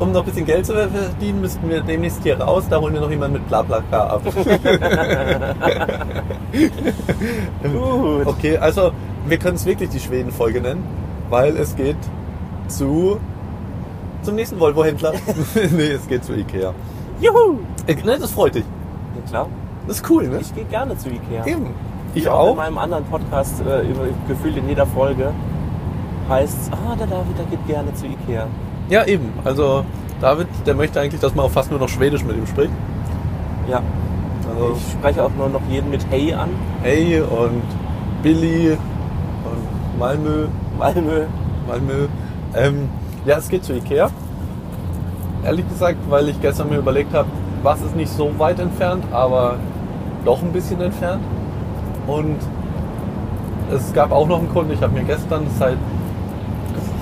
S5: um noch ein bisschen Geld zu verdienen, müssten wir demnächst hier raus. Da holen wir noch jemanden mit Blablaka ab.
S4: Gut.
S5: Okay, also wir können es wirklich die Schweden-Folge nennen, weil es geht zu zum nächsten Volvo-Händler. nee, es geht zu Ikea.
S4: Juhu!
S5: Äh, Ne, das freut dich.
S4: Ja, klar,
S5: Das ist cool, ne?
S4: ich gehe gerne zu Ikea.
S5: Eben. Ich
S4: Wie In
S5: auch.
S4: meinem anderen Podcast, äh, über, gefühlt in jeder Folge, heißt ah, der David, der geht gerne zu Ikea.
S5: Ja, eben. Also David, der möchte eigentlich, dass man auch fast nur noch Schwedisch mit ihm spricht.
S4: Ja,
S5: Also
S4: ich spreche auch nur noch jeden mit Hey an,
S5: Hey und Billy und Malmö,
S4: Malmö.
S5: Malmö. Ähm, ja, es geht zu Ikea. Ehrlich gesagt, weil ich gestern mir überlegt habe, was ist nicht so weit entfernt, aber doch ein bisschen entfernt. Und es gab auch noch einen Kunden, ich habe mir gestern seit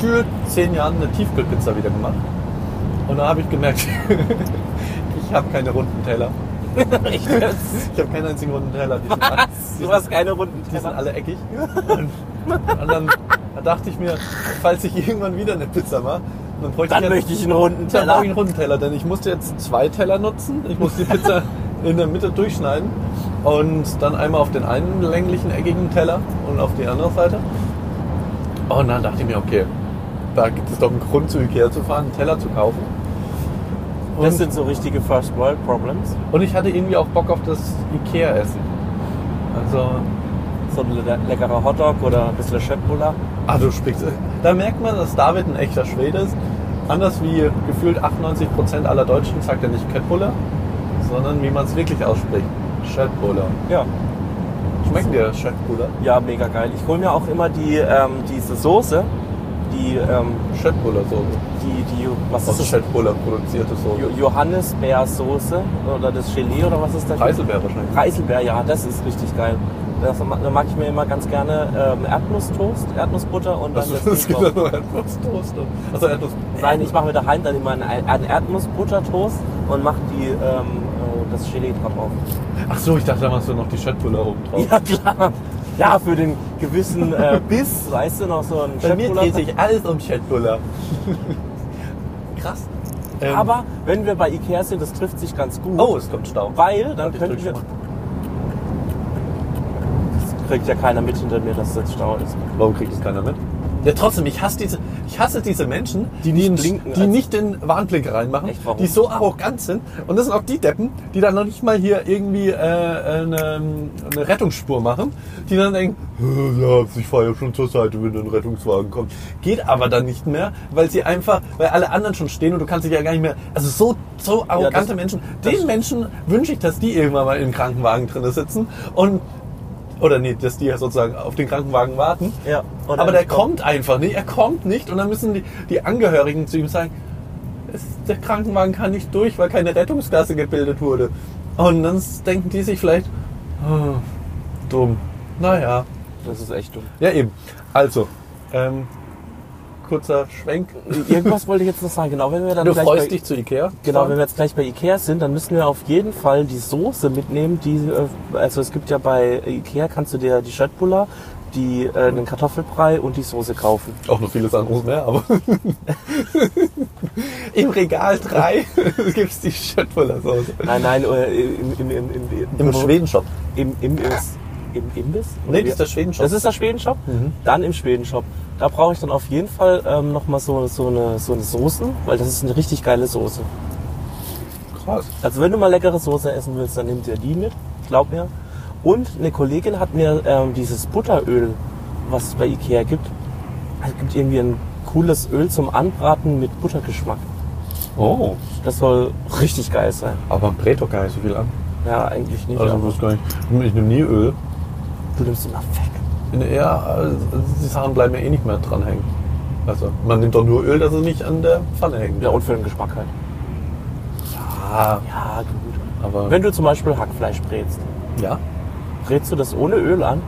S5: gefühlt zehn Jahren eine Tiefkühlpizza wieder gemacht. Und da habe ich gemerkt, ich habe keine runden Teller.
S4: Echt jetzt?
S5: Ich habe keinen einzigen runden Teller. Die sind alle-
S4: Du hast keine runden
S5: die sind
S4: Teller.
S5: alle eckig. Und, und dann da dachte ich mir, falls ich irgendwann wieder eine Pizza mache, dann bräuchte
S4: Dann
S5: ich
S4: möchte ich einen runden
S5: dann brauche
S4: Teller.
S5: ich einen runden Teller, denn ich musste jetzt zwei Teller nutzen. Ich muss die Pizza in der Mitte durchschneiden und dann einmal auf den einen länglichen, eckigen Teller und auf die andere Seite. Und dann dachte ich mir, okay, da gibt es doch einen Grund, zu Ikea zu fahren, einen Teller zu kaufen.
S4: Das sind so richtige First World Problems.
S5: Und ich hatte irgendwie auch Bock auf das Ikea-Essen. Also
S4: So ein le- leckerer Hotdog oder ein bisschen Schöttbullar.
S5: Ah, du sprichst. Da merkt man, dass David ein echter Schwede ist. Anders wie gefühlt 98% aller Deutschen sagt er nicht Köttbuller, sondern wie man es wirklich ausspricht. Schöttbuller.
S4: Ja,
S5: Schmecken dir Schöttbuller?
S4: ja, mega geil. Ich hole mir auch immer die, ähm, diese Soße, die, ähm,
S5: Schöttbuller Soße.
S4: die, die, was ist
S5: Aus
S4: das?
S5: Schöttbuller produzierte Soße.
S4: Jo- Johannisbeersoße oder das Gelee oder was ist das?
S5: Preiselbeer wahrscheinlich.
S4: Preiselbeer, ja, das ist richtig geil. Das, ma- da mag ich mir immer ganz gerne ähm, Erdnusstoast, Erdnussbutter und dann
S5: Also,
S4: das genau-
S5: es
S4: Ding drauf.
S5: gibt ja nur Erdnuss-Toast. Also Erdnuss.
S4: Nein, ich mache mir daheim dann immer einen, einen Erdnussbuttertoast und mache die, ähm, äh, das Gelee drauf.
S5: Ach so, ich dachte, da machst du noch die Schöttbuller oben drauf.
S4: Ja, klar. Ja, für den gewissen äh, Biss, weißt du, noch so ein Schöttbuller.
S5: sich alles um Schöttbuller. Krass. Ähm,
S4: Aber wenn wir bei Ikea sind, das trifft sich ganz gut.
S5: Oh, es kommt Stau.
S4: Weil, dann
S5: Warte, ich
S4: könnten
S5: drück
S4: wir...
S5: schon mal.
S4: Das kriegt ja keiner mit hinter mir, dass jetzt Stau ist.
S5: Warum kriegt es keiner mit? Ja, trotzdem, ich hasse diese, ich hasse diese Menschen, die,
S4: nicht
S5: den-
S4: blinken,
S5: die
S4: also-
S5: nicht den Warnblick reinmachen,
S4: Echt, warum?
S5: die so arrogant sind. Und das sind auch die Deppen, die dann noch nicht mal hier irgendwie äh, eine, eine Rettungsspur machen, die dann denken, "Äh, ja, ich fahre ja schon zur Seite, wenn ein Rettungswagen kommt. Geht aber dann nicht mehr, weil sie einfach, weil alle anderen schon stehen und du kannst dich ja gar nicht mehr. Also so, so arrogante
S4: das-
S5: Menschen.
S4: das-
S5: Den Menschen wünsche ich, dass die irgendwann mal im Krankenwagen drin sitzen und oder nee, dass die ja sozusagen auf den Krankenwagen warten.
S4: Ja, und
S5: aber
S4: er
S5: der
S4: nicht kommt.
S5: kommt einfach nicht. Er kommt nicht und dann müssen die, die Angehörigen zu ihm sagen, es, der Krankenwagen kann nicht durch, weil keine Rettungsklasse gebildet wurde. Und dann s- denken die sich vielleicht, "Ah, dumm. Naja,
S4: Das ist echt dumm.
S5: ja eben. Also, ähm, kurzer Schwenk.
S4: Irgendwas wollte ich jetzt noch sagen. Genau, wenn wir dann
S5: Du
S4: gleich bei,
S5: freust dich zu Ikea?
S4: Genau, wenn wir jetzt gleich bei Ikea sind, dann müssen wir auf jeden Fall die Soße mitnehmen. Die, äh, also es gibt ja bei Ikea, kannst du dir die Schöttbullar, die, äh, den Kartoffelbrei und die Soße kaufen.
S5: Auch noch vieles anderes mehr, aber. Im Regal 3 gibt es die Schöttbuller-Soße.
S4: Nein, nein, äh, im, im, im, im,
S5: Im Schwedenshop.
S4: Im Imbiss. Im Imbiss?
S5: Nee, das
S4: wie-
S5: ist der Schwedenshop.
S4: Das ist der Schwedenshop?
S5: Mhm.
S4: Dann im Schwedenshop. Da brauche ich dann auf jeden Fall ähm, nochmal so, so, eine, so eine Soße, weil das ist eine richtig geile Soße.
S5: Krass.
S4: Also wenn du mal leckere Soße essen willst, dann nimm dir die mit, glaub mir. Und eine Kollegin hat mir ähm, dieses Butteröl, was es bei Ikea gibt, es gibt irgendwie ein cooles Öl zum Anbraten mit Buttergeschmack.
S5: Oh.
S4: Das soll richtig geil sein.
S5: Aber am Brät doch gar nicht so viel an.
S4: Ja, eigentlich nicht.
S5: Also
S4: aber
S5: muss gar nicht. Ich nehme nie Öl.
S4: du nimmst immer weg.
S5: Ja, also die Sachen bleiben ja eh nicht mehr dran hängen. Also man nimmt doch nur Öl, dass es nicht an der Pfanne hängt.
S4: Ja, und für den Geschmack halt.
S5: Ah,
S4: Ja, gut.
S5: aber
S4: Wenn du zum Beispiel Hackfleisch brätst,
S5: ja,
S4: brätst du das ohne Öl an?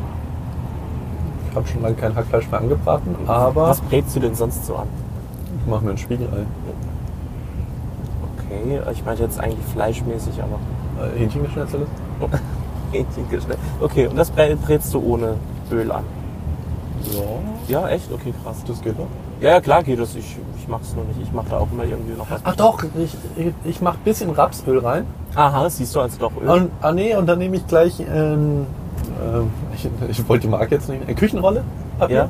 S5: ich habe schon lange kein Hackfleisch mehr angebraten, aber
S4: Was brätst du denn sonst so an?
S5: ich mache mir ein Spiegelei.
S4: Okay, ich meine jetzt eigentlich fleischmäßig, aber
S5: Äh, Hähnchengeschnetzeltes?
S4: Hähnchen geschnitten. Okay, und das brä- brätst du ohne Öl an?
S5: Ja,
S4: Ja, echt? Okay, krass.
S5: das geht doch.
S4: Ja, ja, klar geht das. Ich, ich mach's nur nicht. Ich mach da auch immer irgendwie noch was.
S5: Ach doch, ich, ich, ich mache ein bisschen Rapsöl rein.
S4: Aha, siehst du also doch Öl.
S5: Und, ah nee, und dann nehme ich gleich, ähm, ähm, ich, ich wollte die Marke jetzt nicht, eine Küchenrolle. hab
S4: Ja.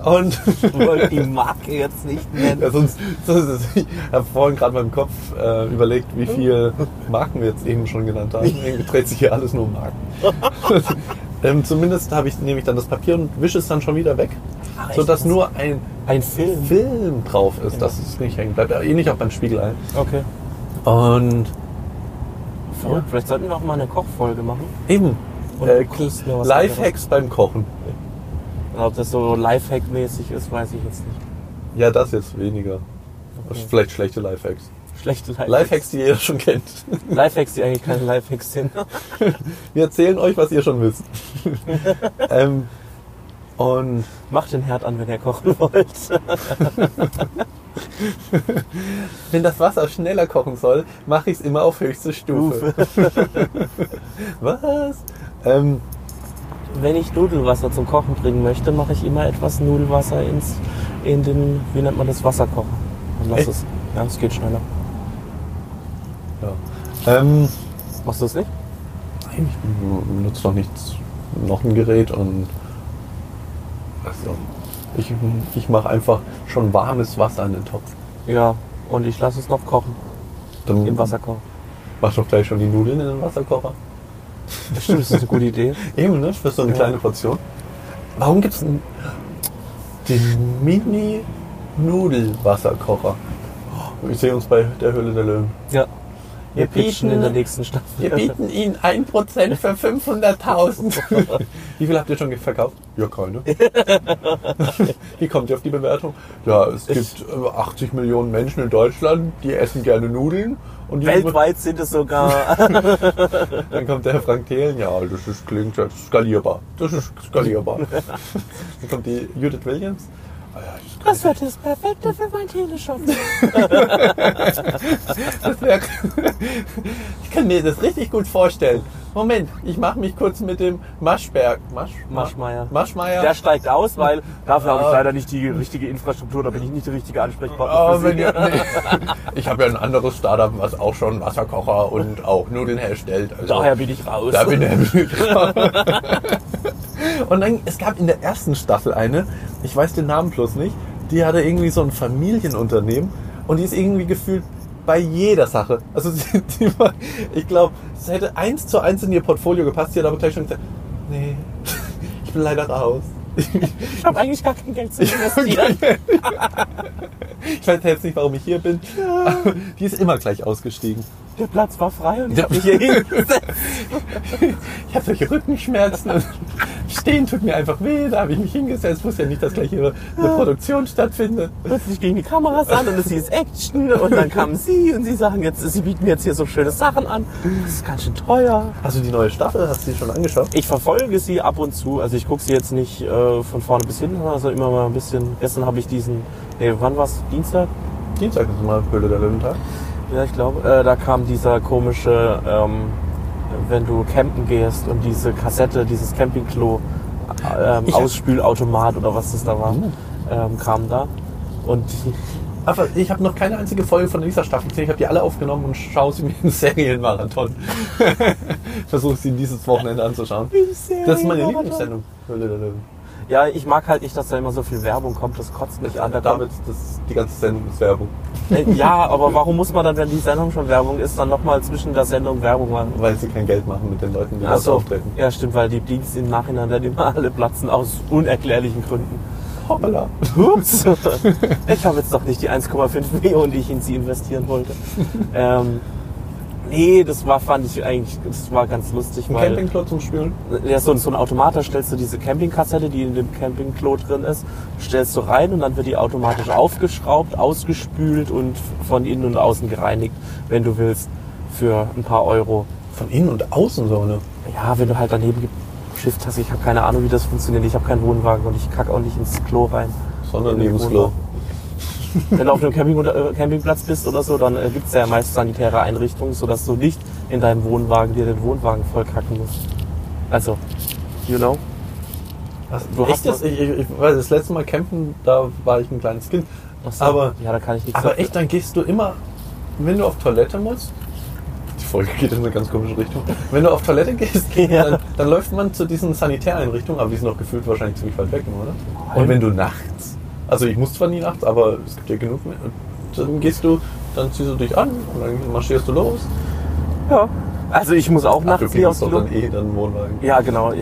S5: ich. Und
S4: Wollt die Marke jetzt nicht
S5: Ja,
S4: nennen.
S5: sonst, sonst ist, ich habe vorhin gerade meinem Kopf äh, überlegt, wie viele Marken wir jetzt eben schon genannt haben. Irgendwie dreht sich hier alles nur um Marken. ähm, zumindest habe ich, nehme ich dann das Papier und wische es dann schon wieder weg,
S4: Ach, echt?
S5: sodass nur ein,
S4: Ein Film.
S5: Film drauf ist, dass es nicht hängen bleibt. Aber Ähnlich auch beim Spiegelei.
S4: Okay.
S5: Und
S4: Verrückt. Vielleicht sollten wir auch mal eine Kochfolge machen.
S5: eben,
S4: Und
S5: äh,
S4: guckst mir was
S5: Lifehacks beim Kochen.
S4: Und ob das so Lifehack-mäßig ist, weiß ich jetzt nicht.
S5: Ja, das jetzt weniger. Vielleicht schlechte Lifehacks.
S4: Schlechte Lifehacks.
S5: Lifehacks, die jeder schon kennt.
S4: Lifehacks, die eigentlich keine Lifehacks sind.
S5: Wir erzählen euch, was ihr schon wisst. ähm, und
S4: Macht den Herd an, wenn ihr kochen wollt.
S5: wenn das Wasser schneller kochen soll, mache ich es immer auf höchste Stufe. was? Ähm,
S4: Wenn ich Nudelwasser zum Kochen bringen möchte, mache ich immer etwas Nudelwasser ins, in den, wie nennt man das, Wasserkocher. Und lass
S5: Echt?
S4: es. Ja, es geht schneller.
S5: ja. ähm,
S4: Machst du es nicht?
S5: nein, ich benutze noch nichts, noch ein Gerät und also, ich, ich mache einfach schon warmes Wasser in den Topf.
S4: Ja. Und ich lasse es noch kochen
S5: Dann
S4: im Wasserkocher.
S5: Mach doch gleich schon die Nudeln in den Wasserkocher.
S4: Stimmt, das ist eine gute Idee.
S5: Eben, ne? Für so eine
S4: Ja.
S5: kleine Portion. Warum gibt es denn den Mini-Nudelwasserkocher? Oh, Ich sehe uns bei der Höhle der Löwen.
S4: Ja. Wir bieten in der nächsten
S5: Wir
S4: Staffel.
S5: bieten Ihnen 1% für 500.000. Wie viel habt ihr schon verkauft? Ja, keine. Wie kommt ihr auf die Bewertung? Ja, es gibt äh, 80 Millionen Menschen in Deutschland, die essen gerne Nudeln. Und die
S4: Weltweit sind es sogar.
S5: Dann kommt der Herr Frank Thelen. Ja, das ist, klingt das ist skalierbar. Das ist skalierbar. Dann kommt die Judith Williams. Ah ja, das
S4: Das wird das Perfekte für mein Teleshop.
S5: Werk. Ich kann mir das richtig gut vorstellen. Moment, ich mache mich kurz mit dem Maschberg. Masch,
S4: Maschmeyer.
S5: Maschmeier.
S4: Der steigt aus, weil dafür habe ich
S5: Ah.
S4: leider nicht die richtige Infrastruktur, da bin ich nicht der richtige Ansprechpartner.
S5: Oh,
S4: für
S5: wenn
S4: Sie.
S5: ihr, nee. Ich habe ja ein anderes Startup, was auch schon Wasserkocher und auch Nudeln herstellt. Also
S4: Daher bin ich raus.
S5: Da bin ich. und dann, es gab in der ersten Staffel eine, ich weiß den Namen bloß nicht, die hatte irgendwie so ein Familienunternehmen und die ist irgendwie gefühlt bei jeder Sache. Also sie, die war, ich glaube, es hätte eins zu eins in ihr Portfolio gepasst, die hat aber gleich schon gesagt, nee, ich bin leider raus.
S4: ich habe eigentlich gar kein Geld zu investieren.
S5: ich weiß jetzt nicht, warum ich hier bin. Die ist immer gleich ausgestiegen.
S4: Der Platz war frei und ich
S5: Ja.
S4: habe mich hier hingesetzt.
S5: Ich habe solche Rückenschmerzen. und Stehen tut mir einfach weh. Da habe ich mich hingesetzt. Wusste ja nicht, dass gleich hier eine Produktion stattfindet.
S4: Plötzlich gegen die Kameras an und es hieß Action und dann kamen sie und sie sagen jetzt, sie bieten jetzt hier so schöne Sachen an. Das ist ganz schön teuer.
S5: Hast du die neue Staffel? Hast du die schon angeschaut?
S4: Ich verfolge sie ab und zu. Also ich gucke sie jetzt nicht äh, von vorne bis hinten, also immer mal ein bisschen. Gestern habe ich diesen, nee, wann war's? Dienstag?
S5: Dienstag ist mal Höhle der Löwentag.
S4: Ja, ich glaube, äh, da kam dieser komische, ähm, wenn du campen gehst und diese Kassette, dieses Campingklo, ähm,
S5: Ich hab- Oh.
S4: Ausspülautomat oder was das da war, ähm, kam da. Und
S5: Aber ich habe noch keine einzige Folge von dieser Staffel gesehen. Ich habe die alle aufgenommen und schaue sie mir im Serienmarathon. Versuche sie dieses Wochenende anzuschauen. Das ist meine
S4: Serienmarathon.
S5: Lieblingssendung. Höhle der Löwen.
S4: ja, ich mag halt nicht, dass da immer so viel Werbung kommt, das kotzt mich an. Da kommt,
S5: Damit, das, die ganze Sendung ist Werbung.
S4: äh, ja, aber warum muss man dann, wenn die Sendung schon Werbung ist, dann nochmal zwischen der Sendung Werbung machen?
S5: Weil sie kein Geld machen mit den Leuten, die
S4: Ach
S5: das
S4: so.
S5: auftreten.
S4: ja stimmt, weil die Dienst im Nachhinein dann immer alle platzen aus unerklärlichen Gründen.
S5: Hoppala.
S4: Ups, ich habe jetzt doch nicht die 1,5 Millionen, die ich in sie investieren wollte. ähm, nee, das war, fand ich eigentlich, das war ganz lustig,
S5: Ein
S4: weil
S5: Campingklo zum Spülen?
S4: ja, so, so ein Automat, da stellst du diese Campingkassette, die in dem Campingklo drin ist, stellst du rein und dann wird die automatisch aufgeschraubt, ausgespült und von innen und außen gereinigt, wenn du willst, für ein paar Euro.
S5: Von innen und außen so, ne?
S4: Ja, wenn du halt daneben geschifft hast, ich habe keine Ahnung, wie das funktioniert. Ich habe keinen Wohnwagen und ich kacke auch nicht ins Klo rein.
S5: Sondern
S4: In den
S5: neben das
S4: Wohnwagen. Wenn du auf einem Camping äh, Campingplatz bist oder so, dann äh, gibt's ja meist sanitäre Einrichtungen, sodass du nicht in deinem Wohnwagen dir den Wohnwagen vollkacken musst. Also, you know?
S5: Du
S4: Echt
S5: hast das, ich, ich, ich weiß, das letzte Mal campen, da war ich ein kleines Kind.
S4: Ach so,
S5: Aber,
S4: ja, da kann ich nichts
S5: aber
S4: dafür.
S5: echt, dann gehst du immer, wenn du auf Toilette musst, die Folge geht in eine ganz komische Richtung. Wenn du auf Toilette gehst,
S4: Ja.
S5: dann, dann läuft man zu diesen Sanitäreinrichtungen, aber die sind noch gefühlt wahrscheinlich ziemlich weit weg, oder? Und wenn du nachts, also ich muss zwar nie nachts, aber es gibt ja genug, mehr, dann gehst du, dann ziehst du dich an und dann marschierst du los.
S4: Ja. Also ich muss auch
S5: du
S4: nachts hier aufs
S5: gehst doch
S4: Klo.
S5: dann eh dann Wohnwagen.
S4: Ja, genau. Ich,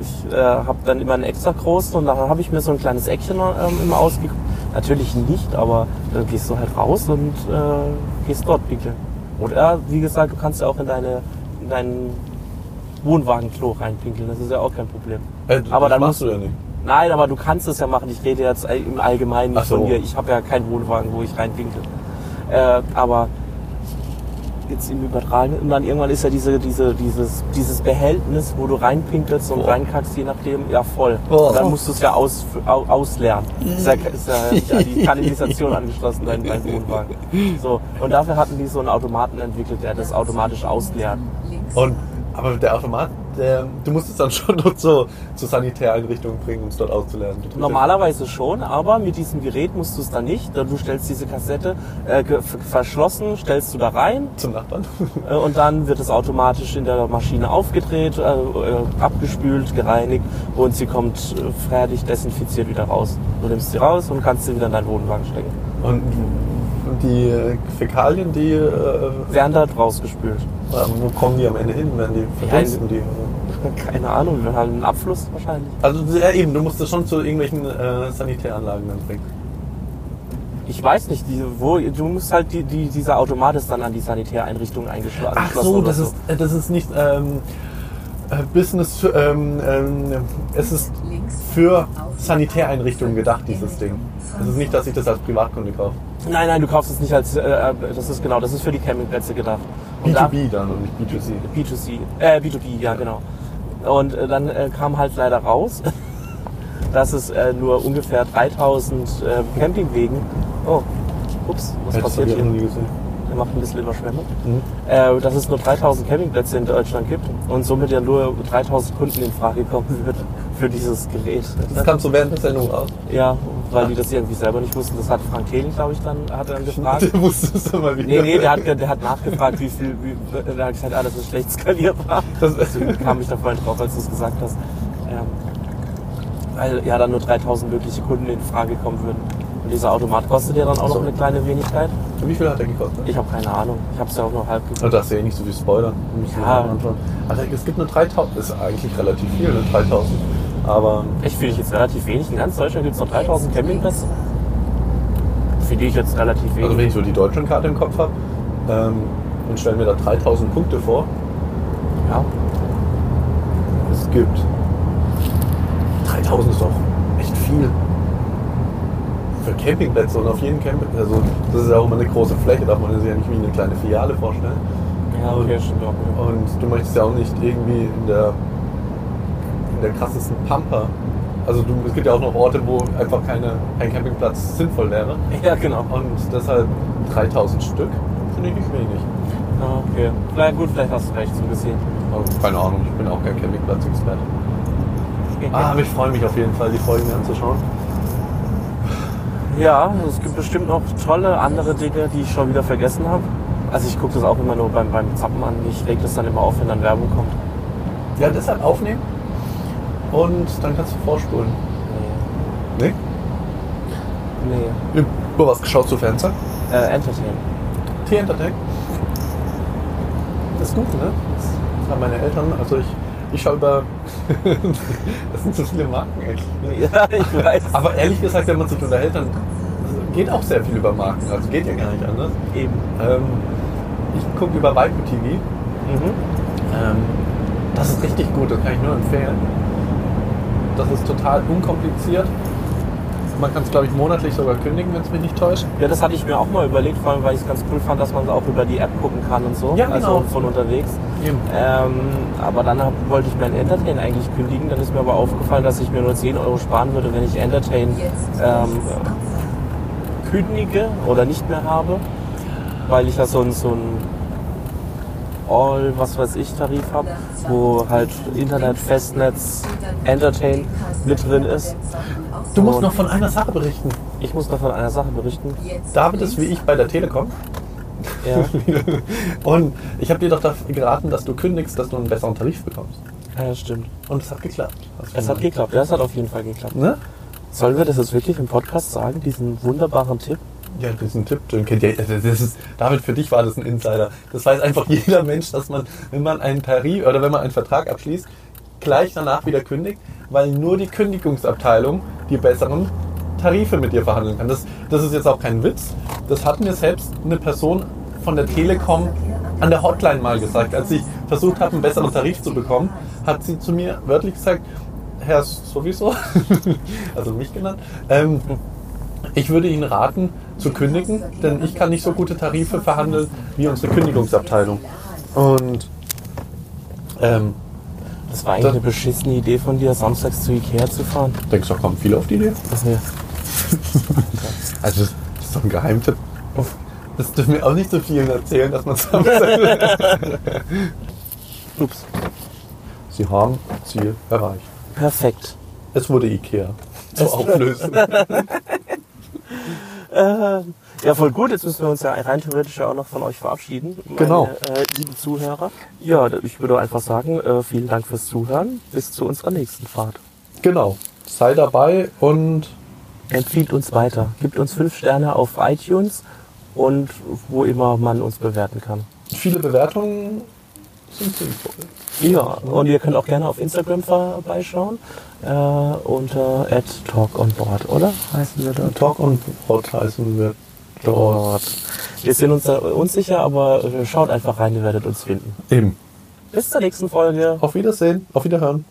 S4: ich äh, habe dann immer einen extra großen und dann habe ich mir so ein kleines Eckchen ähm, immer ausgeguckt. Natürlich nicht, aber dann gehst du halt raus und äh, gehst dort pinkeln. Oder wie gesagt, du kannst ja auch in deine in deinen Wohnwagenklo reinpinkeln. Das ist ja auch kein Problem.
S5: Äh, das
S4: aber dann
S5: machst
S4: musst
S5: du ja nicht.
S4: Nein, aber du kannst es ja machen. Ich rede jetzt all- im Allgemeinen nicht
S5: Ach so.
S4: von mir. Ich habe ja keinen Wohnwagen, wo ich reinpinkel. Äh, aber jetzt im Übertragenen. Und dann irgendwann ist ja diese, diese, dieses, dieses Behältnis, wo du reinpinkelst und
S5: Boah.
S4: reinkackst, je nachdem, ja voll.
S5: Boah.
S4: Und dann musst du es ja aus, au, ausleeren. Ist ja, ist ja an die Kanalisation angeschlossen, dein, dein Wohnwagen. So. Und dafür hatten die so einen Automaten entwickelt, der das automatisch ausleert.
S3: Links.
S5: Und, aber der Automat, der, du musst es dann schon dort so zur Sanitäreinrichtung bringen, um es dort auszulernen.
S4: Normalerweise schon, aber mit diesem Gerät musst du es dann nicht. Du stellst diese Kassette äh, ge- f- verschlossen, stellst du da rein
S5: Zum Nachbarn.
S4: äh, und dann wird es automatisch in der Maschine aufgedreht, äh, äh, abgespült, gereinigt und sie kommt äh, fertig desinfiziert wieder raus. Du nimmst sie raus und kannst sie wieder in deinen Wohnwagen stecken.
S5: Und die äh, Fäkalien, die, äh, ähm,
S4: Werden da rausgespült.
S5: wo kommen die am Ende hin? Werden die verdunsten die? äh,
S4: Keine Ahnung, wir haben einen Abfluss wahrscheinlich.
S5: Also ja, eben, du musst es schon zu irgendwelchen äh, Sanitäranlagen dann bringen.
S4: Ich weiß nicht, die, wo, du musst halt, die, die, dieser Automat ist dann an die Sanitäreinrichtung eingeschlossen.
S5: Ach so,
S4: oder
S5: das ist, äh, das ist nicht ähm, äh, Business, für- ähm, ähm, es ist für Sanitäreinrichtungen gedacht, dieses Ding. Es ist nicht, dass ich das als Privatkunde kaufe.
S4: Nein, nein, du kaufst es nicht als, äh, das ist genau, das ist für die Campingplätze gedacht. Und da-
S5: B2B dann und nicht B2C.
S4: B2C, äh, B2B, ja genau. Und äh, dann äh, kam halt leider raus, dass es äh, nur ungefähr 3000 äh, Campingwegen, oh, ups, was
S5: Das
S4: passiert
S5: hab ich
S4: hier?
S5: noch nie gesehen.
S4: Der macht ein bisschen Überschwemmung. Äh, dass es nur 3000 Campingplätze in Deutschland gibt und somit ja nur 3000 Kunden in Frage kommen würden für dieses Gerät.
S5: Das kam so während der Sendung raus.
S4: Ja, weil die das irgendwie selber nicht wussten. Das hat Frank Thelen, glaube ich, dann, hat dann gefragt.
S5: Der wusste es immer wieder.
S4: Nee, nee, der hat, der hat nachgefragt, wie viel, wie, der hat gesagt, ah, das ist schlecht skalierbar.
S5: Das-
S4: Deswegen kam ich da vorhin drauf, als du es gesagt hast. Ähm, weil ja dann nur 3000 mögliche Kunden in Frage kommen würden. Und dieser Automat kostet ja dann auch noch eine kleine Wenigkeit.
S5: Wie viel hat der gekostet?
S4: Ich habe keine Ahnung. Ich habe es ja auch nur halb geguckt.
S5: Da darfst du ja eh nicht so viel spoilern. Müssen wir
S4: Ja.
S5: mal anschauen. Also es gibt nur 3000, ist eigentlich relativ viel, ne? 3000. Aber
S4: Echt finde ich jetzt relativ wenig. In ganz Deutschland gibt es noch 3000 Campingplätze. Finde ich jetzt relativ wenig.
S5: also wenn ich so die Deutschlandkarte im Kopf habe ähm, und stelle mir da 3000 Punkte vor,
S4: ja.
S5: es gibt 3000 ist doch echt viel für Campingplätze und auf jedem Camping, also das ist ja auch immer eine große Fläche, darf man sich ja nicht wie eine kleine Filiale vorstellen.
S4: ja, okay, stimmt auch.
S5: Und du möchtest ja auch nicht irgendwie in der, in der krassesten Pampa. Also du, es gibt ja auch noch Orte, wo einfach keine, kein Campingplatz sinnvoll wäre.
S4: Ja, genau.
S5: Und deshalb 3000 Stück finde ich nicht wenig.
S4: Ja, Okay. Na gut, vielleicht hast du recht, so gesehen.
S5: Aber keine Ahnung, ich bin auch kein Campingplatzexperte. Ah, aber ich freue mich auf jeden Fall, die Folgen mir anzuschauen.
S4: Ja, es gibt bestimmt noch tolle andere Dinge, die ich schon wieder vergessen habe. Also ich gucke das auch immer nur beim, beim Zappen an. Ich reg das dann immer auf, wenn dann Werbung kommt.
S5: Ja, deshalb aufnehmen und dann kannst du vorspulen. Nee?
S4: Nee.
S5: Über was geschaut zu Fenster?
S4: Äh, Entertain.
S5: T-Entertech. Das ist gut, ne? Das haben meine Eltern. Also ich, ich schaue über. das sind so viele Marken, echt.
S4: Ja, ich weiß.
S5: Aber ehrlich gesagt, wenn man sich unterhält, dann geht auch sehr viel über Marken. Also geht ja gar nicht anders.
S4: Eben.
S5: Ähm, ich gucke über Vibe TV.
S4: Mhm.
S5: Ähm, das ist richtig gut, das kann ich nur empfehlen. Das ist total unkompliziert. Man kann es, glaube ich, monatlich sogar kündigen, wenn es mich nicht täuscht.
S4: Ja, das hatte ich mir auch mal überlegt, vor allem weil ich es ganz cool fand, dass man es auch über die App gucken kann und so.
S5: Ja, genau.
S4: Also von unterwegs. Ähm, aber dann hab, wollte ich mein Entertain eigentlich kündigen. Dann ist mir aber aufgefallen, dass ich mir nur 10 Euro sparen würde, wenn ich Entertain
S3: Jetzt
S4: ähm,
S3: rechts abfahren.
S4: kündige oder nicht mehr habe, weil ich ja so ein, so ein All, was weiß ich, Tarif habe, wo halt Internet, Festnetz, Entertain mit drin ist.
S5: Du musst
S4: Und-
S5: noch von einer Sache berichten.
S4: Ich muss noch von einer Sache berichten.
S3: Jetzt
S5: David
S4: Hm.
S5: ist wie
S3: links
S5: ich bei der Telekom.
S4: Ja,
S5: Und ich habe dir doch da geraten, dass du kündigst, dass du einen besseren Tarif bekommst.
S4: ja stimmt.
S5: Und es hat geklappt. Hast du
S4: Es hat
S5: gemerkt.
S4: geklappt, ja, es hat auf jeden Fall geklappt.
S5: Ne?
S4: Sollen wir das jetzt wirklich im Podcast sagen, diesen wunderbaren Tipp?
S5: Ja, diesen Tipp, den kennt ihr. Also, Das ist, David, für dich war das ein Insider. Das weiß einfach jeder Mensch, dass man, wenn man einen Tarif oder wenn man einen Vertrag abschließt, gleich danach wieder kündigt, weil nur die Kündigungsabteilung die besseren Tarife mit dir verhandeln kann. Das, das ist jetzt auch kein Witz. Das hat mir selbst eine Person von der Telekom an der Hotline mal gesagt. Als ich versucht habe, einen besseren Tarif zu bekommen, hat sie zu mir wörtlich gesagt, Herr sowieso, also mich genannt, ähm, ich würde Ihnen raten, zu kündigen, denn ich kann nicht so gute Tarife verhandeln wie unsere Kündigungsabteilung. Und ähm,
S4: Das war eigentlich
S5: Das-
S4: eine beschissene Idee von dir, samstags zu Ikea zu fahren.
S5: denkst du, da kommen viele auf die Idee?
S4: Das ist
S5: Also, das ist doch ein Geheimtipp. Oh, Das dürfen wir auch nicht so vielen erzählen, dass man es
S4: Ups.
S5: Sie haben Ziel erreicht.
S4: Perfekt.
S5: Es wurde Ikea zur Auflösung.
S4: Ähm, ja, voll gut. Jetzt müssen wir uns ja rein theoretisch ja auch noch von euch verabschieden. Meine,
S5: Genau.
S4: Äh, lieben Zuhörer. Ja, ich würde einfach sagen, äh, vielen Dank fürs Zuhören. Bis zu unserer nächsten Fahrt.
S5: genau. Sei dabei und
S4: Empfiehlt uns weiter. Gibt uns fünf Sterne auf iTunes und wo immer man uns bewerten kann.
S5: viele Bewertungen sind sinnvoll.
S4: Ja, und ihr könnt auch gerne auf Instagram vorbeischauen äh, unter @talkonboard, oder? Heißen wir da?
S5: Talk und Board heißen wir dort.
S4: Wir sind uns da unsicher, aber äh, schaut einfach rein, ihr werdet uns finden.
S5: Eben.
S4: Bis zur nächsten Folge.
S5: Auf Wiedersehen, auf Wiederhören.